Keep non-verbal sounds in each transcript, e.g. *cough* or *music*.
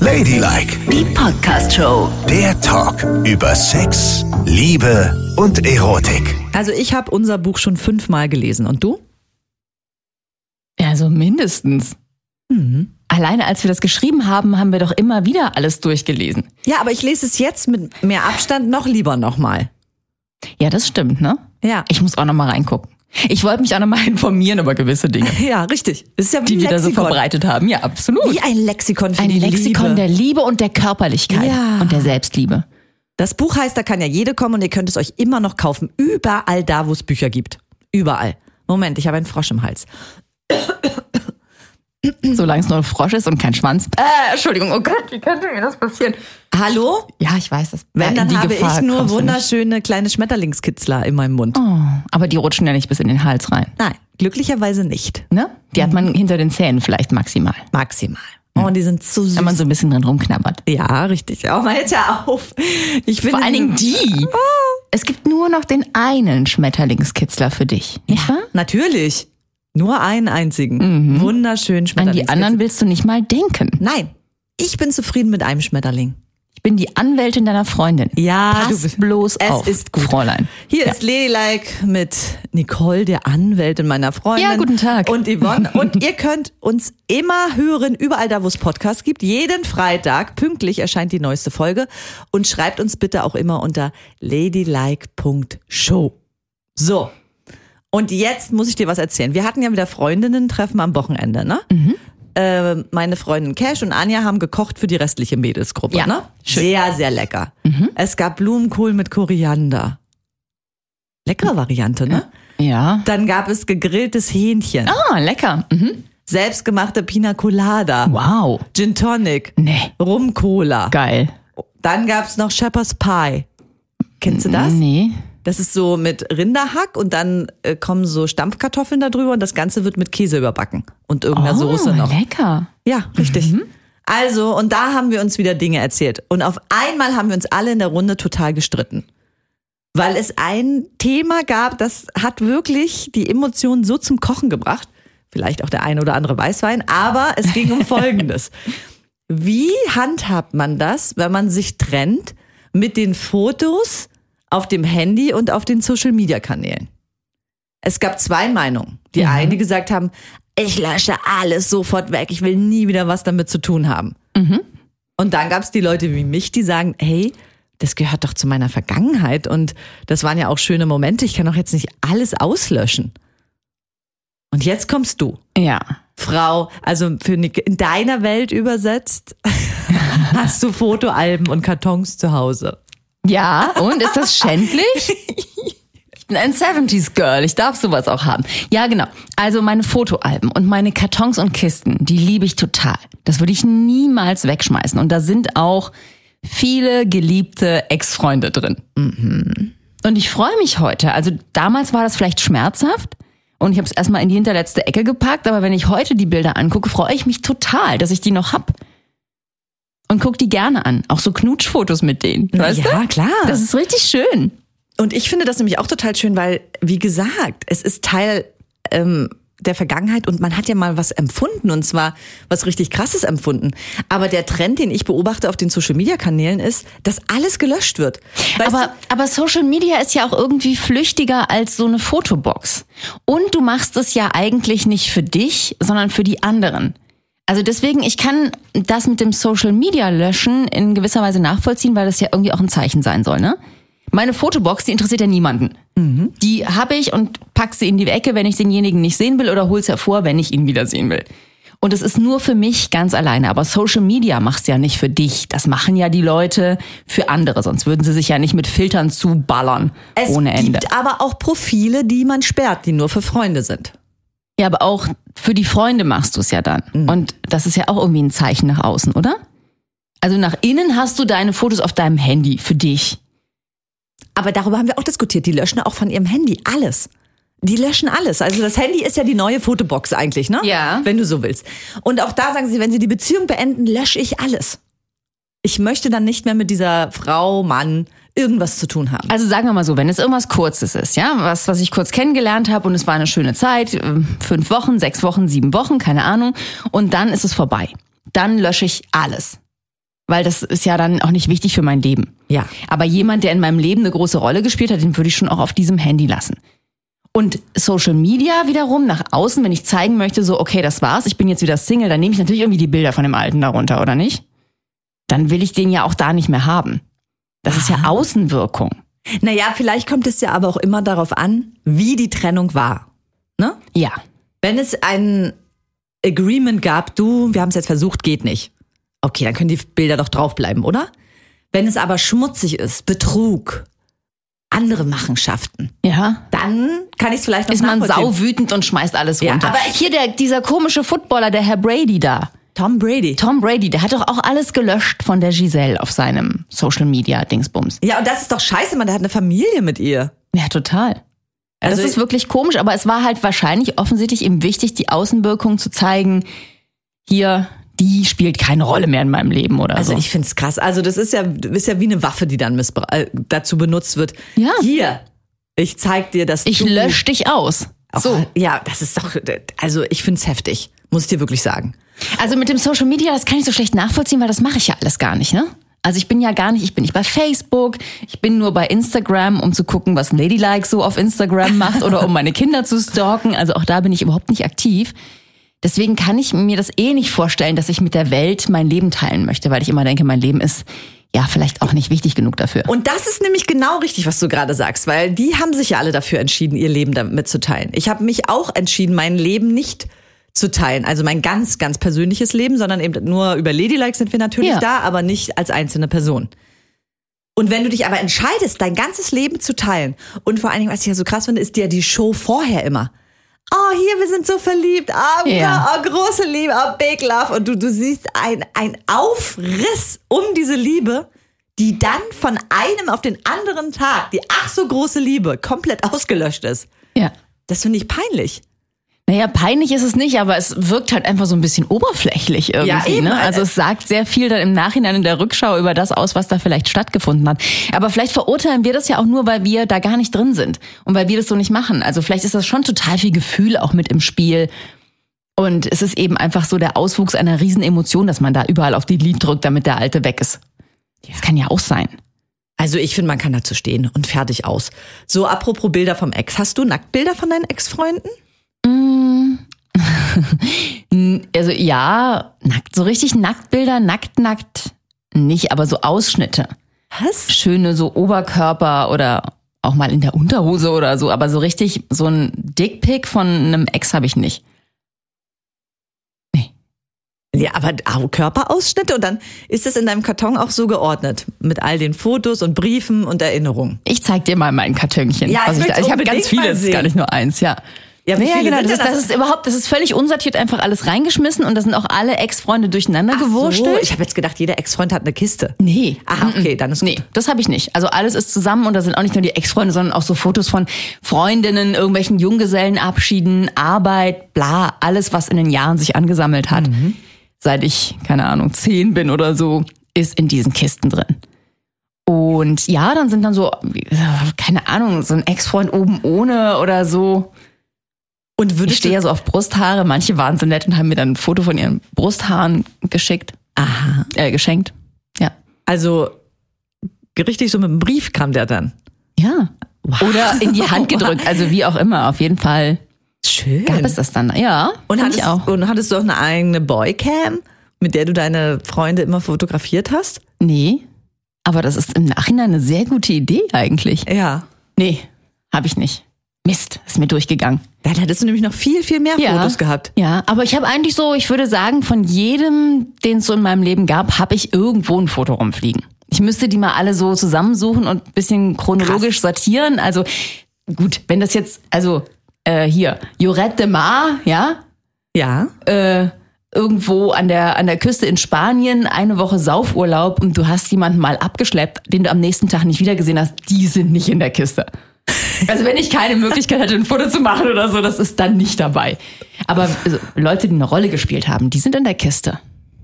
Ladylike, Die Podcast-Show. der Talk über Sex, Liebe und Erotik. Also ich habe unser Buch schon fünfmal gelesen. Und du? Also mindestens. Mhm. Alleine als wir das geschrieben haben, haben wir doch immer wieder alles durchgelesen. Ja, aber ich lese es jetzt mit mehr Abstand noch lieber nochmal. Ja, das stimmt, ne? Ja. Ich muss auch nochmal reingucken. Ich wollte mich auch nochmal *laughs* informieren über gewisse Dinge, Ja, richtig. Das ist ja wie die ein wir da so Lexikon. verbreitet haben. Ja, absolut. Wie ein Lexikon für Ein die Lexikon Liebe. der Liebe und der Körperlichkeit Ja. und der Selbstliebe. Das Buch heißt, da kann ja jede kommen und ihr könnt es euch immer noch kaufen. Überall da, wo es Bücher gibt. Überall. Moment, ich habe einen Frosch im Hals. Solange es nur ein Frosch ist und kein Schwanz. Mhm. Äh, Entschuldigung, oh Gott, wie könnte mir das passieren? Hallo? Ja, ich weiß das. Wenn, In dann die habe Gefahr ich nur kommst du nicht. wunderschöne kleine Schmetterlingskitzler in meinem Mund. Oh, aber die rutschen ja nicht bis in den Hals rein. Nein, glücklicherweise nicht. Ne? Die hat man hinter den Zähnen vielleicht maximal, Maximal. Hm. Oh, und die sind zu süß. wenn man so ein bisschen drin rumknabbert. ja, richtig. Oh, mal jetzt ja auf. Ich bin Vor allen Dingen die. Es gibt nur noch den einen Schmetterlingskitzler für dich, nicht wahr? Natürlich. Nur einen einzigen. Wunderschön An Schmetterling. Mhm. die anderen willst du nicht mal denken. Nein. Ich bin zufrieden mit einem Schmetterling. Ich bin die Anwältin deiner Freundin. Ja, Pass du bist- bloß es auf, ist gut. Fräulein. Hier ist Ladylike mit Nicole, der Anwältin meiner Freundin. Ja, guten Tag. Und Yvonne. Und ihr könnt uns immer hören, überall da, wo es Podcasts gibt. Jeden Freitag pünktlich erscheint die neueste Folge. Und schreibt uns bitte auch immer unter ladylike.show. So. Und jetzt muss ich dir was erzählen. Wir hatten ja wieder Freundinnen-Treffen am Wochenende, ne? Mhm. Äh, meine Freundin Cash und Anja haben gekocht für die restliche Mädelsgruppe, Ja, ne? schön. Mhm. Sehr, sehr lecker. Es gab Blumenkohl mit Koriander. Leckere Variante, ne? Ja. Dann gab es gegrilltes Hähnchen, Ah, lecker. Mhm. selbstgemachte Pina Colada, Wow. Gin Tonic, Nee. Rum-Cola. Geil. Dann gab es noch Shepherd's Pie. Kennst du das? Nee. Das ist so mit Rinderhack und dann äh, kommen so Stampfkartoffeln da drüber und das Ganze wird mit Käse überbacken und Ah, irgendeiner Soße noch. Oh, lecker. Ja, richtig. Also, und da haben wir uns wieder Dinge erzählt. Und auf einmal haben wir uns alle in der Runde total gestritten. Weil es ein Thema gab, das hat wirklich die Emotionen so zum Kochen gebracht. Vielleicht auch der ein oder andere Weißwein, aber es ging um Folgendes. Wie handhabt man das, wenn man sich trennt mit den Fotos auf dem Handy und auf den Social-Media-Kanälen? Es gab zwei Meinungen. Die einen, die gesagt haben, ich lösche alles sofort weg, ich will nie wieder was damit zu tun haben. Und dann gab es die Leute wie mich, die sagen, hey, das gehört doch zu meiner Vergangenheit und das waren ja auch schöne Momente, ich kann doch jetzt nicht alles auslöschen. Und jetzt kommst du. Ja. Frau, also für Nic- in deiner Welt übersetzt, *laughs* hast du Fotoalben und Kartons zu Hause. Ja, und ist das schändlich? Ich bin ein 70s Girl, ich darf sowas auch haben. Ja, genau. Also meine Fotoalben und meine Kartons und Kisten, die liebe ich total. Das würde ich niemals wegschmeißen. Und da sind auch viele geliebte Ex-Freunde drin. Und ich freue mich heute. Also damals war das vielleicht schmerzhaft und ich habe es erstmal in die hinterletzte Ecke gepackt, aber wenn ich heute die Bilder angucke, freue ich mich total, dass ich die noch hab. Und guck die gerne an. Auch so Knutschfotos mit denen. Weißt du? ja, klar. Das ist richtig schön. Und ich finde das nämlich auch total schön, weil, wie gesagt, es ist Teil ähm, der Vergangenheit und man hat ja mal was empfunden und zwar was richtig Krasses empfunden. Aber der Trend, den ich beobachte auf den Social-Media-Kanälen ist, dass alles gelöscht wird. Weißt Aber, aber Social Media ist ja auch irgendwie flüchtiger als so eine Fotobox. Und du machst es ja eigentlich nicht für dich, sondern für die anderen. Also deswegen, ich kann das mit dem Social Media löschen in gewisser Weise nachvollziehen, weil das ja irgendwie auch ein Zeichen sein soll, ne? Meine Fotobox, die interessiert ja niemanden. Mhm. Die habe ich und pack sie in die Ecke, wenn ich denjenigen nicht sehen will oder hol's hervor, wenn ich ihn wieder sehen will. Und es ist nur für mich ganz alleine. Aber Social Media machst ja nicht für dich. Das machen ja die Leute für andere. Sonst würden sie sich ja nicht mit Filtern zuballern. es ohne Ende. gibt aber auch Profile, die man sperrt, die nur für Freunde sind. Ja, aber auch für die Freunde machst du es ja dann. Mhm. Und das ist ja auch irgendwie ein Zeichen nach außen, oder? Also nach innen hast du deine Fotos auf deinem Handy für dich. Aber darüber haben wir auch diskutiert. Die löschen auch von ihrem Handy alles. Die löschen alles. Also das Handy ist ja die neue Fotobox eigentlich, ne? Ja. Wenn du so willst. Und auch da sagen sie, wenn sie die Beziehung beenden, lösche ich alles. Ich möchte dann nicht mehr mit dieser Frau, Mann irgendwas zu tun haben. Also sagen wir mal so, wenn es irgendwas Kurzes ist, ja, was, was ich kurz kennengelernt habe und es war eine schöne Zeit, ähm, fünf Wochen, sechs Wochen, sieben Wochen, keine Ahnung, und dann ist es vorbei. Dann lösche ich alles. Weil das ist ja dann auch nicht wichtig für mein Leben. Ja. Aber jemand, der in meinem Leben eine große Rolle gespielt hat, den würde ich schon auch auf diesem Handy lassen. Und Social Media wiederum nach außen, wenn ich zeigen möchte, so, okay, das war's, ich bin jetzt wieder Single, dann nehme ich natürlich irgendwie die Bilder von dem Alten darunter, oder nicht? Dann will ich den ja auch da nicht mehr haben. Das ist ja Außenwirkung. Naja, vielleicht kommt es ja aber auch immer darauf an, wie die Trennung war. Ne? Ja. Wenn es ein Agreement gab, du, wir haben es jetzt versucht, geht nicht. Okay, dann können die Bilder doch draufbleiben, oder? Wenn es aber schmutzig ist, Betrug, andere Machenschaften, Ja. dann kann ich es vielleicht noch Ist man nachvollziehen. sauwütend und schmeißt alles Ja, runter. aber hier der, dieser komische Footballer, der Herr Brady da. Tom Brady. Tom Brady, der hat doch auch alles gelöscht von der Giselle auf seinem Social Media Dingsbums. Ja, und das ist doch scheiße, man, der hat eine Familie mit ihr. Ja, total. Also Also das ich- ist wirklich komisch, aber es war halt wahrscheinlich offensichtlich eben wichtig, die Außenwirkung zu zeigen, hier, die spielt keine Rolle mehr in meinem Leben oder Also so. ich find's krass. Also das ist ja, ist ja wie eine Waffe, die dann missbra- äh, dazu benutzt wird. Ja. Hier, ich zeig dir, dass ich du lösche dich aus. So. Ja, das ist doch, also ich find's heftig, muss ich dir wirklich sagen. Also mit dem Social Media, das kann ich so schlecht nachvollziehen, weil das mache ich ja alles gar nicht, ne? Also ich bin ja gar nicht, ich bin nicht bei Facebook, ich bin nur bei Instagram, um zu gucken, was Ladylike so auf Instagram macht oder um meine Kinder zu stalken. Also auch da bin ich überhaupt nicht aktiv. Deswegen kann ich mir das eh nicht vorstellen, dass ich mit der Welt mein Leben teilen möchte, weil ich immer denke, mein Leben ist ja vielleicht auch nicht wichtig genug dafür. Und das ist nämlich genau richtig, was du gerade sagst, weil die haben sich ja alle dafür entschieden, ihr Leben damit zu teilen. Ich habe mich auch entschieden, mein Leben nicht zu teilen. Also mein ganz, ganz persönliches Leben, sondern eben nur über Ladylike sind wir natürlich Ja. da, aber nicht als einzelne Person. Und wenn du dich aber entscheidest, dein ganzes Leben zu teilen, und vor allen Dingen, was ich ja so krass finde, ist dir die Show vorher immer. Oh, hier, wir sind so verliebt. Ah, Ja. ja. oh, große Liebe, oh, Big Love. Und du, du siehst ein, ein Aufriss um diese Liebe, die dann von einem auf den anderen Tag, die ach so große Liebe, komplett ausgelöscht ist. ja. Das finde ich peinlich. Naja, peinlich ist es nicht, aber es wirkt halt einfach so ein bisschen oberflächlich irgendwie. Ja, eben. ne? Also es sagt sehr viel dann im Nachhinein in der Rückschau über das aus, was da vielleicht stattgefunden hat. Aber vielleicht verurteilen wir das ja auch nur, weil wir da gar nicht drin sind und weil wir das so nicht machen. Also vielleicht ist das schon total viel Gefühl auch mit im Spiel. Und es ist eben einfach so der Auswuchs einer riesen Emotion, dass man da überall auf die Lied drückt, damit der Alte weg ist. Das kann ja auch sein. Also ich finde, man kann dazu stehen und fertig aus. So, apropos Bilder vom Ex. Hast du Nacktbilder von deinen Ex-Freunden? Also ja, nackt, so richtig Nacktbilder, nackt, nackt nicht, aber so Ausschnitte. Was? schöne so Oberkörper oder auch mal in der Unterhose oder so, aber so richtig so ein Dickpick von einem Ex habe ich nicht. Ja, aber au, Körperausschnitte und dann ist es in deinem Karton auch so geordnet. Mit all den Fotos und Briefen und Erinnerungen. Ich zeig dir mal mein Kartönchen. Ja, ich was ich da, will's ich habe unbedingt ganz viele, mal das ist gar sehen. nicht nur eins, ja. Ja, wie Naja, viele genau, sind das ist, denn das ist überhaupt, das ist völlig unsortiert einfach alles reingeschmissen und da sind auch alle Ex-Freunde durcheinander gewurstelt. So, ich habe jetzt gedacht, jeder Ex-Freund hat eine Kiste. Nee. Aha, okay, dann ist gut. Nee, das habe ich nicht. Also alles ist zusammen und da sind auch nicht nur die Ex-Freunde, sondern auch so Fotos von Freundinnen, irgendwelchen Junggesellenabschieden, Arbeit, bla, alles, was in den Jahren sich angesammelt hat, seit ich, keine Ahnung, zehn bin oder so, ist in diesen Kisten drin. Und ja, dann sind dann so, keine Ahnung, so ein Ex-Freund oben ohne oder so. Und Ich würdest stehe ja so auf Brusthaare. Manche waren so nett und haben mir dann ein Foto von ihren Brusthaaren geschickt, du, aha, äh, geschenkt. Ja. also richtig so mit dem Brief kam der dann. Ja. Oder in die Hand gedrückt, also wie auch immer. Auf jeden Fall Schön. gab es das dann. Ja, und fand hattest, ich auch. und hattest du auch eine eigene Boycam, mit der du deine Freunde immer fotografiert hast? Nee, aber das ist im Nachhinein eine sehr gute Idee eigentlich. Ja. Nee, habe ich nicht. Mist, ist mir durchgegangen. Dann hättest du nämlich noch viel, viel mehr Ja. Fotos gehabt. Ja, aber ich habe eigentlich so, ich würde sagen, von jedem, den es so in meinem Leben gab, habe ich irgendwo ein Foto rumfliegen. Ich müsste die mal alle so zusammensuchen und ein bisschen chronologisch sortieren. Also gut, wenn das jetzt, also äh, hier, Jorette de Mar, ja, Ja. äh, irgendwo an der, an der Küste in Spanien eine Woche Saufurlaub und du hast jemanden mal abgeschleppt, den du am nächsten Tag nicht wiedergesehen hast, die sind nicht in der Kiste. Also wenn ich keine Möglichkeit hätte, ein Foto zu machen oder so, das ist dann nicht dabei. Aber also, Leute, die eine Rolle gespielt haben, die sind in der Kiste.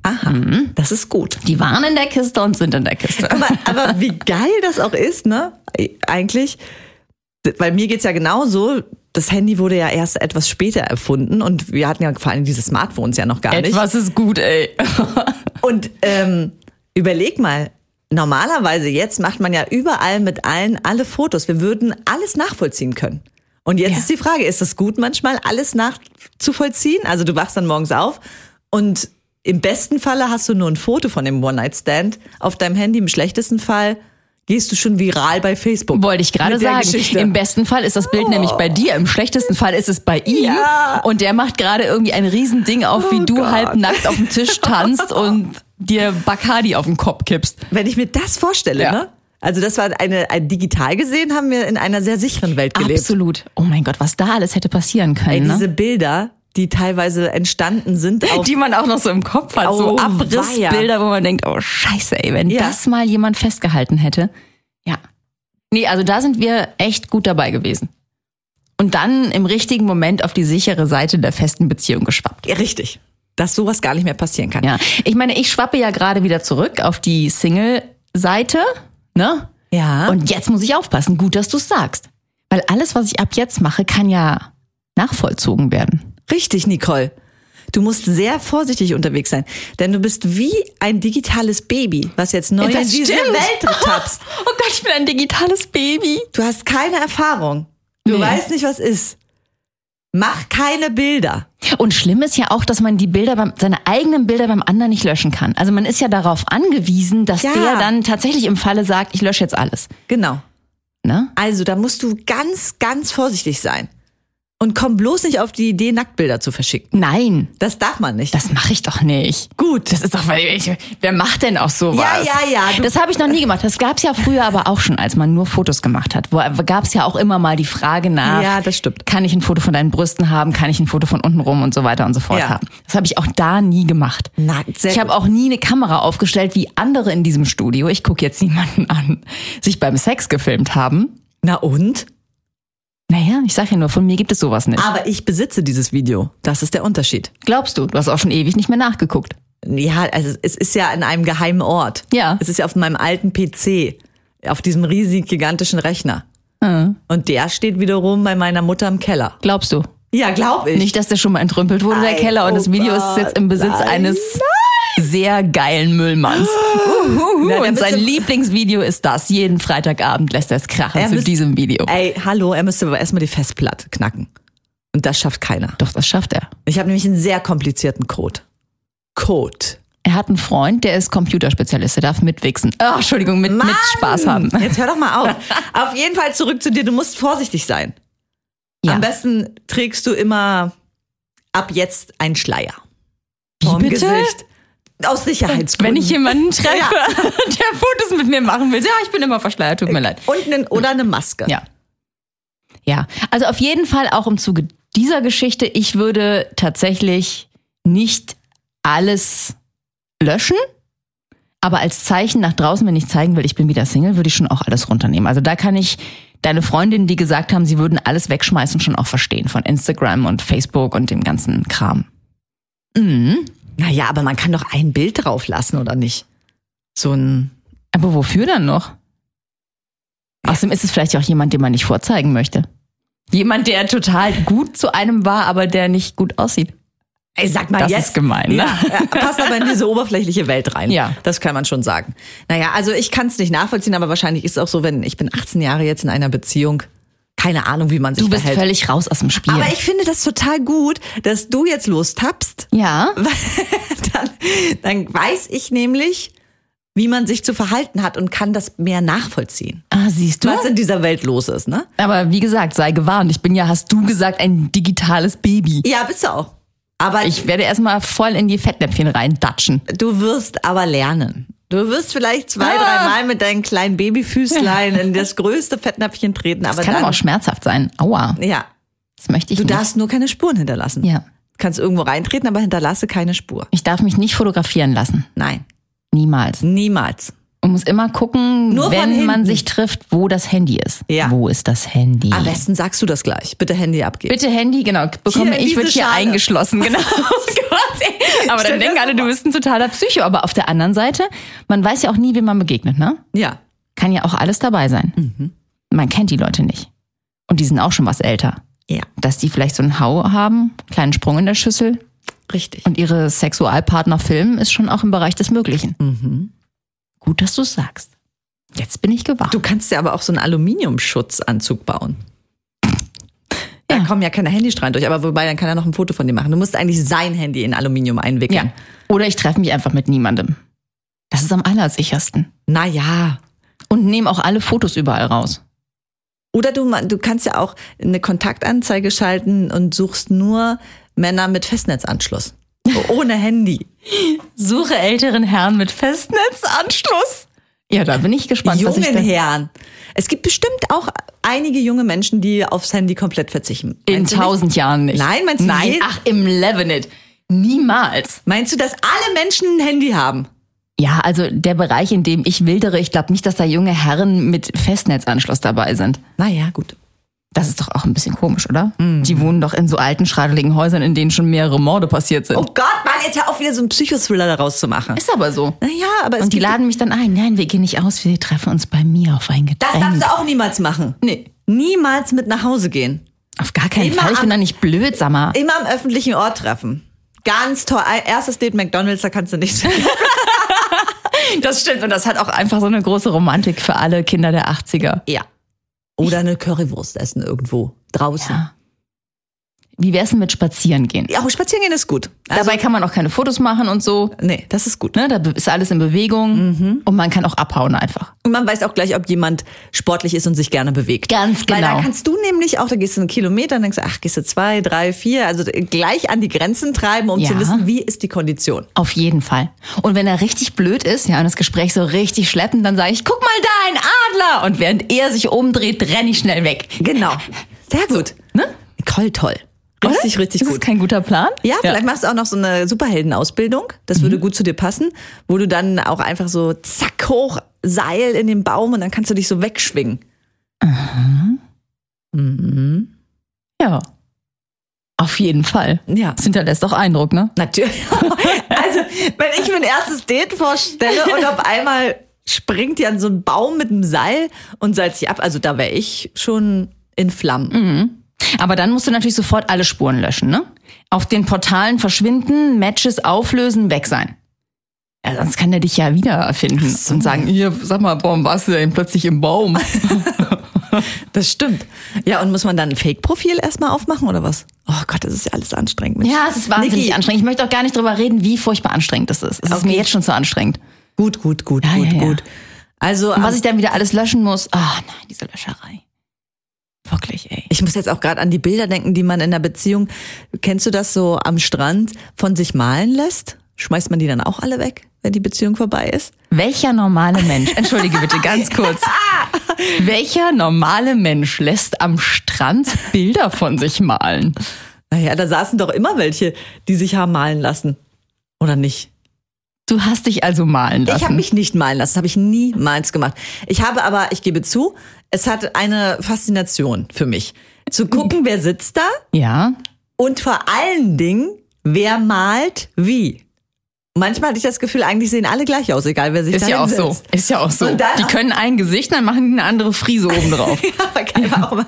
Mhm. Aha. Das ist gut. Die waren in der Kiste und sind in der Kiste. Aber, aber *laughs* wie geil das auch ist, ne? Eigentlich, weil mir geht's ja genauso. Das Handy wurde ja erst etwas später erfunden und wir hatten ja vor allem diese Smartphones ja noch gar nicht. Etwas ist gut, ey. Und ähm, überleg mal, normalerweise jetzt macht man ja überall mit allen alle Fotos. Wir würden alles nachvollziehen können. Und jetzt Ja. ist die Frage, ist es gut manchmal alles nachzuvollziehen? Also du wachst dann morgens auf und im besten Falle hast du nur ein Foto von dem One-Night-Stand auf deinem Handy. Im schlechtesten Fall gehst du schon viral bei Facebook. Wollte ich gerade Mit der sagen. Geschichte. Im besten Fall ist das Bild nämlich bei dir, im schlechtesten Fall ist es bei ihm. Oh. Ja. Und der macht gerade irgendwie ein Riesending auf, wie Oh du Gott. halbnackt auf *laughs* dem Tisch tanzt und dir Bacardi auf den Kopf kippst. Wenn ich mir das vorstelle, Ja. ne? Also das war eine, ein digital gesehen haben wir in einer sehr sicheren Welt gelebt. Absolut. Oh mein Gott, was da alles hätte passieren können. Ey, ne? diese Bilder, die teilweise entstanden sind auf *laughs* die man auch noch so im Kopf hat, so Oh, Abrissbilder, wo man denkt, oh scheiße, ey, wenn Ja. das mal jemand festgehalten hätte. Ja. Nee, also da sind wir echt gut dabei gewesen. Und dann im richtigen Moment auf die sichere Seite der festen Beziehung geschwappt. Ja, richtig. Dass sowas gar nicht mehr passieren kann. Ja. Ich meine, ich schwappe ja gerade wieder zurück auf die Single-Seite, ne? Ja. Und Und jetzt muss ich aufpassen. Gut, dass du es sagst. Weil alles, was ich ab jetzt mache, kann ja nachvollzogen werden. richtig, Nicole. Du musst sehr vorsichtig unterwegs sein, denn du bist wie ein digitales Baby, was jetzt neu in Das diese stimmt. *laughs* Welt tappst. Oh Gott, ich bin ein digitales Baby. Du hast keine Erfahrung. Du Nee. weißt nicht, was ist. Mach keine Bilder. Und schlimm ist ja auch, dass man die Bilder beim, seine eigenen Bilder beim anderen nicht löschen kann. Also man ist ja darauf angewiesen, dass Ja. der dann tatsächlich im Falle sagt, ich lösche jetzt alles. Genau. Ne? Also, da musst du ganz, ganz vorsichtig sein. Und komm bloß nicht auf die Idee, Nacktbilder zu verschicken. Nein, Das darf man nicht. das mache ich doch nicht. Gut. Das ist doch, weil ich, wer macht denn auch sowas? Ja, ja, ja, Ah, du- Das habe ich noch nie gemacht. Das gab es ja früher aber auch schon, als man nur Fotos gemacht hat. Gab es ja auch immer mal die Frage nach, Ja, das stimmt. kann ich ein Foto von deinen Brüsten haben, kann ich ein Foto von unten rum und so weiter und so fort Ja. haben. Das habe ich auch da nie gemacht. Na, sehr ich habe gut. auch nie eine Kamera aufgestellt, wie andere in diesem Studio, ich gucke jetzt niemanden an, sich beim Sex gefilmt haben. Na und? Naja, ich sage ja nur, von mir gibt es sowas nicht. Aber ich besitze dieses Video. Das ist der Unterschied. Glaubst du, du hast auch schon ewig nicht mehr nachgeguckt. Ja, also es ist ja an einem geheimen Ort. Ja. Es ist ja auf meinem alten PC, auf diesem riesig gigantischen Rechner. Und der steht wiederum bei meiner Mutter im Keller. Äh, Glaubst du? Ja, glaube ich. Nicht, dass der schon mal entrümpelt wurde, der Nein, Keller, und das oh Video ist Gott, jetzt im Besitz nein, eines sehr geilen Müllmanns. Uhuhu. Na, der und sein müsste- Lieblingsvideo ist das. Jeden Freitagabend lässt er es krachen Er zu müsste- diesem Video. Ey, hallo, er müsste aber erstmal die Festplatte knacken. Und das schafft keiner. Doch, das schafft er. Ich habe nämlich einen sehr komplizierten Code. Code. Er hat einen Freund, der ist Computerspezialist, der darf mitwichsen. Ach, Entschuldigung, mit, mit Spaß haben. Jetzt hör doch mal *laughs* auf. auf jeden Fall zurück zu dir. Du musst vorsichtig sein. Ja. Am besten trägst du immer ab jetzt einen Schleier. Wie Vorm bitte? Gesicht. Aus Sicherheitsgründen. Wenn ich jemanden treffe, Ja. *laughs* Äh, der Fotos mit mir machen will. Ja, ich bin immer verschleiert, tut mir leid. Und einen, oder eine Maske. Ja. Ja, also auf jeden Fall auch im Zuge dieser Geschichte, ich würde tatsächlich nicht alles löschen, aber als Zeichen nach draußen, wenn ich zeigen will, ich bin wieder Single, würde ich schon auch alles runternehmen. Also da kann ich deine Freundinnen, die gesagt haben, sie würden alles wegschmeißen, schon auch verstehen von Instagram und Facebook und dem ganzen Kram. Mhm. Naja, aber man kann doch ein Bild drauf lassen, oder nicht? So ein. Aber wofür dann noch? Außerdem ist es vielleicht auch jemand, den man nicht vorzeigen möchte. Jemand, der total gut zu einem war, aber der nicht gut aussieht. Ey, sag mal Das jetzt. ist gemein, ne? Ja, ja, passt aber in diese oberflächliche Welt rein. Ja. Das kann man schon sagen. Naja, also ich kann es nicht nachvollziehen, aber wahrscheinlich ist es auch so, wenn ich bin 18 Jahre jetzt in einer Beziehung. Keine Ahnung, wie man sich Du bist verhält. völlig raus aus dem Spiel. Aber ich finde das total gut, dass du jetzt lostappst. ja, *laughs* dann, dann weiß ich nämlich, wie man sich zu verhalten hat und kann das mehr nachvollziehen. ah, siehst du. Was in dieser Welt los ist, ne? Aber wie gesagt, sei gewarnt. Ich bin ja, hast du gesagt, ein digitales Baby. Ja, bist du auch. Aber Ich werde erstmal voll in die Fettnäpfchen reindatschen. du wirst aber lernen. Du wirst vielleicht zwei, Ah. dreimal mit deinen kleinen Babyfüßlein in das größte Fettnäpfchen treten. Aber Das kann dann, aber auch schmerzhaft sein. Aua, ja, das möchte ich du nicht. darfst nur keine Spuren hinterlassen. Ja. Kannst irgendwo reintreten, aber hinterlasse keine Spur. Ich darf mich nicht fotografieren lassen. Nein, Niemals. niemals. Man muss immer gucken, Nur von wenn man hinten. sich trifft, wo das Handy ist. Ja. Wo ist das Handy? Am besten sagst du das gleich. Bitte Handy abgeben. Bitte Handy, genau. Bekomme Hier, in ich, wird diese hier Schale. *laughs* eingeschlossen, genau. Oh Gott, ey. aber Stell dir dann denken das alle, du bist ein totaler Psycho. Aber auf der anderen Seite, man weiß ja auch nie, wem man begegnet, ne? Ja. Kann ja auch alles dabei sein. Mhm. Man kennt die Leute nicht. Und die sind auch schon was älter. Ja, Dass die vielleicht so einen Hau haben, kleinen Sprung in der Schüssel richtig. Mhm. und ihre Sexualpartner filmen, ist schon auch im Bereich des Möglichen. Gut, dass du es sagst. Jetzt bin ich gewacht. Du kannst ja aber auch so einen Aluminiumschutzanzug bauen. Da Ja. kommen ja keine Handystrahlen durch, aber wobei, dann kann er noch ein Foto von dir machen. Du musst eigentlich sein Handy in Aluminium einwickeln. ja. Oder ich treffe mich einfach mit niemandem. Das ist am allersichersten. Naja. Und nehme auch alle Fotos überall raus. Oder du, ma- du kannst ja auch eine Kontaktanzeige schalten und suchst nur Männer mit Festnetzanschluss. Oh, Ohne Handy. Suche älteren Herren mit Festnetzanschluss. Ja, da bin ich gespannt, *laughs* was ich Jungen da Herren. Es gibt bestimmt auch einige junge Menschen, die aufs Handy komplett verzichten. in Meinst du nicht? tausend Jahren nicht. Nein, meinst du Nein, jeden- ach, im Levenet. Niemals. Meinst du, dass alle Menschen ein Handy haben? Ja, also der Bereich, in dem ich wildere, ich glaube nicht, dass da junge Herren mit Festnetzanschluss dabei sind. Naja, gut. Das ist doch auch ein bisschen komisch, oder? Mhm. Die wohnen doch in so alten, schradeligen Häusern, in denen schon mehrere Morde passiert sind. Oh Gott, Mann, jetzt hör auf, wieder so einen Psychothriller daraus zu machen. Ist aber so. Naja, aber es Und die gibt- laden mich dann ein. Nein, wir gehen nicht aus, wir treffen uns bei mir auf ein Das Getränk. darfst du auch niemals machen. Nee. Niemals mit nach Hause gehen. Auf gar keinen Immer Fall. Ich bin am- doch nicht blöd, sag mal. Immer am öffentlichen Ort treffen. Ganz toll. Erstes Date McDonalds, da kannst du *laughs* nicht. *laughs* Das stimmt. Und das hat auch einfach so eine große Romantik für alle Kinder der 80er. ja. Oder eine Currywurst essen irgendwo. Draußen. Ja. Wie wär's denn mit Spazieren gehen? Ja, auch spazieren gehen ist gut. Also, Dabei kann man auch keine Fotos machen und so. nee, das ist gut. Ne, da be- ist alles in Bewegung und man kann auch abhauen einfach. Und man weiß auch gleich, ob jemand sportlich ist und sich gerne bewegt. Ganz Weil da genau. kannst du nämlich auch, da gehst du einen Kilometer, dann denkst du, ach, gehst du zwei, drei, vier, also gleich an die Grenzen treiben, um Ja. zu wissen, wie ist die Kondition. Auf jeden Fall. Und wenn er richtig blöd ist, ja, und das Gespräch so richtig schleppend, dann sage ich, guck mal da, ein Adler. Und während er sich umdreht, renne ich schnell weg. Genau. Sehr gut. Ne? Nicole, toll. Richtig, Oder? richtig ist gut. Das kein guter Plan? Ja, vielleicht machst du auch noch so eine Superheldenausbildung. Das würde Mhm. gut zu dir passen, wo du dann auch einfach so zack hoch Seil in den Baum und dann kannst du dich so wegschwingen. Ja. Auf jeden Fall. Ja. Das hinterlässt doch Eindruck, ne? Natürlich. *laughs* Also, wenn ich mir ein erstes Date vorstelle und auf einmal springt die an so einen Baum mit einem Seil und seilt sich ab, also da wäre ich schon in Flammen. Mhm. Aber dann musst du natürlich sofort alle Spuren löschen, ne? Auf den Portalen verschwinden, Matches auflösen, weg sein. Ja, sonst kann der dich ja wiedererfinden und sagen, hier, sag mal, warum warst du denn plötzlich im Baum? Das stimmt. Ja, und muss man dann ein Fake-Profil erstmal aufmachen oder was? Oh Gott, das ist ja alles anstrengend. Mensch. *laughs* ja, es ist wahnsinnig Niki. anstrengend. Ich möchte auch gar nicht drüber reden, wie furchtbar anstrengend das ist. Es ist Okay. mir jetzt schon zu anstrengend. Gut, gut, gut, Ja, gut, ja, ja. gut. Also, Und was am- ich dann wieder alles löschen muss, ah nein, diese Löscherei. Wirklich, ey. Ich muss jetzt auch gerade an die Bilder denken, die man in der Beziehung, kennst du das so am Strand, von sich malen lässt? Schmeißt man die dann auch alle weg, wenn die Beziehung vorbei ist? Welcher normale Mensch, entschuldige bitte ganz *laughs* kurz, welcher normale Mensch lässt am Strand Bilder von sich malen? Naja, da saßen doch immer welche, die sich haben malen lassen. Oder nicht? Du hast dich also malen lassen. Ich habe mich nicht malen lassen, das habe ich niemals gemacht. Ich habe aber, ich gebe zu, es hat eine Faszination für mich. Zu gucken, wer sitzt da ja. und vor allen Dingen, wer malt wie. Manchmal hatte ich das Gefühl, eigentlich sehen alle gleich aus, egal wer sich Ist da ja auch hinsetzt. *laughs* so. Ist ja auch so. Und dann- Die können ein Gesicht, dann machen die eine andere Frise *laughs* oben drauf. Ja, aber keine Ahnung.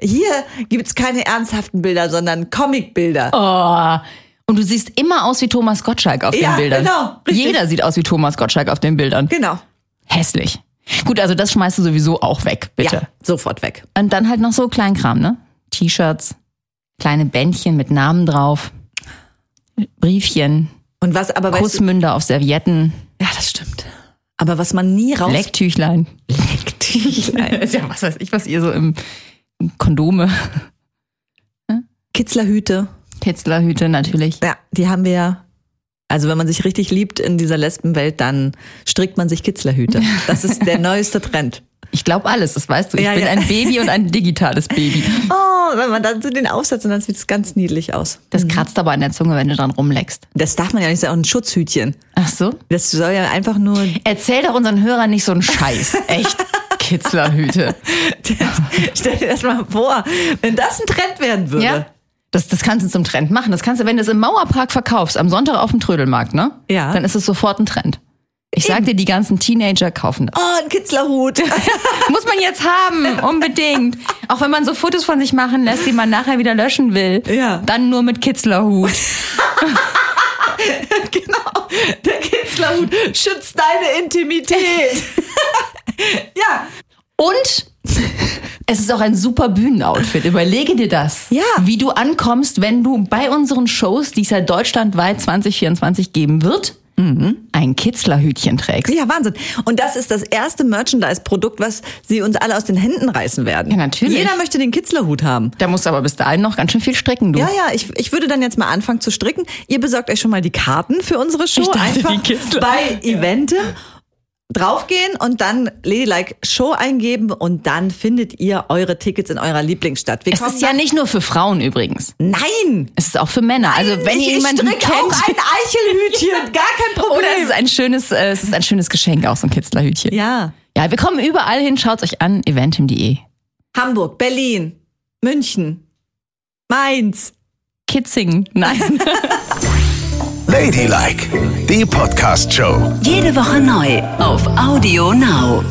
Hier gibt's keine ernsthaften Bilder, sondern Oh. Comicbilder. Und du siehst immer aus wie Thomas Gottschalk auf Ja, den Bildern. genau, richtig. Jeder sieht aus wie Thomas Gottschalk auf den Bildern. Genau. Hässlich. Gut, also das schmeißt du sowieso auch weg, bitte. Ja, sofort weg. Und dann halt noch so Kleinkram, ne? T-Shirts, kleine Bändchen mit Namen drauf, Briefchen, Und was aber weißt du, Kussmünder auf Servietten, Ja, das stimmt. Aber was man nie raus Lecktüchlein. Lecktüchlein. *laughs* ja, was weiß ich, was ihr so im Kondome, Kitzlerhüte. Pitzlerhüte natürlich. Ja, die haben wir ja. Also wenn man sich richtig liebt in dieser Lesbenwelt, dann strickt man sich *laughs* Kitzlerhüte. Das ist der neueste Trend. Ich glaube alles, das weißt du. Ich Ja, bin ja. ein Baby und ein digitales Baby. Oh, wenn man dann so den Aufsatz und dann sieht es ganz niedlich aus. Das kratzt aber an der Zunge, wenn du dran rumleckst. Das darf man ja nicht sagen, ein Schutzhütchen. Ach so? Das soll ja einfach *laughs* nur Erzähl doch unseren Hörern nicht so einen Scheiß. Echt. *laughs* Kitzlerhüte. Stell dir das mal vor, wenn das ein Trend werden würde. Ja. Das, das kannst du zum Trend machen. Das kannst du, wenn du es im Mauerpark verkaufst, am Sonntag auf dem Trödelmarkt, ne? Ja. Dann ist es sofort ein Trend. Ich sag dir, die ganzen Teenager kaufen das. Oh, ein *laughs* Kitzlerhut. *laughs* Muss man jetzt haben, unbedingt. Auch wenn man so Fotos von sich machen lässt, die man nachher wieder löschen will. Ja. Dann nur mit Kitzlerhut. genau. Der Kitzlerhut schützt deine Intimität. *laughs* ja. Und es ist auch ein super Bühnenoutfit. Überlege dir das. Ja. Wie du ankommst, wenn du bei unseren Shows, die es ja deutschlandweit 2024 geben wird, Mhm. ein Kitzlerhütchen trägst. Ja, Wahnsinn. Und das ist das erste Merchandise-Produkt, was sie uns alle aus den Händen reißen werden. Ja, natürlich. Jeder möchte den Kitzlerhut haben. Da musst du aber bis dahin noch ganz schön viel stricken, du. Ja, ja, ich, ich würde dann jetzt mal anfangen zu stricken. Ihr besorgt euch schon mal die Karten für unsere Show. Ich dachte, die Einfach Kitzler. bei Eventem draufgehen und dann Ladylike Show eingeben und dann findet ihr eure Tickets in eurer Lieblingsstadt. Wir Es kommen ist ja nach- nicht nur für Frauen übrigens. Nein! Es ist auch für Männer. Also wenn ich, ihr jemanden ich stricke kennt. auch ein *laughs* Eichelhütchen, gar kein Problem. Oder es ist ein schönes, äh, es ist ein schönes Geschenk auch so ein Kitzlerhütchen. ja. ja, wir kommen überall hin. Schaut's euch an. Eventim.de. Hamburg, Berlin, München, Mainz. Kitzingen. Nein. Ladylike, die Podcast-Show. Jede Woche neu auf Audio Now.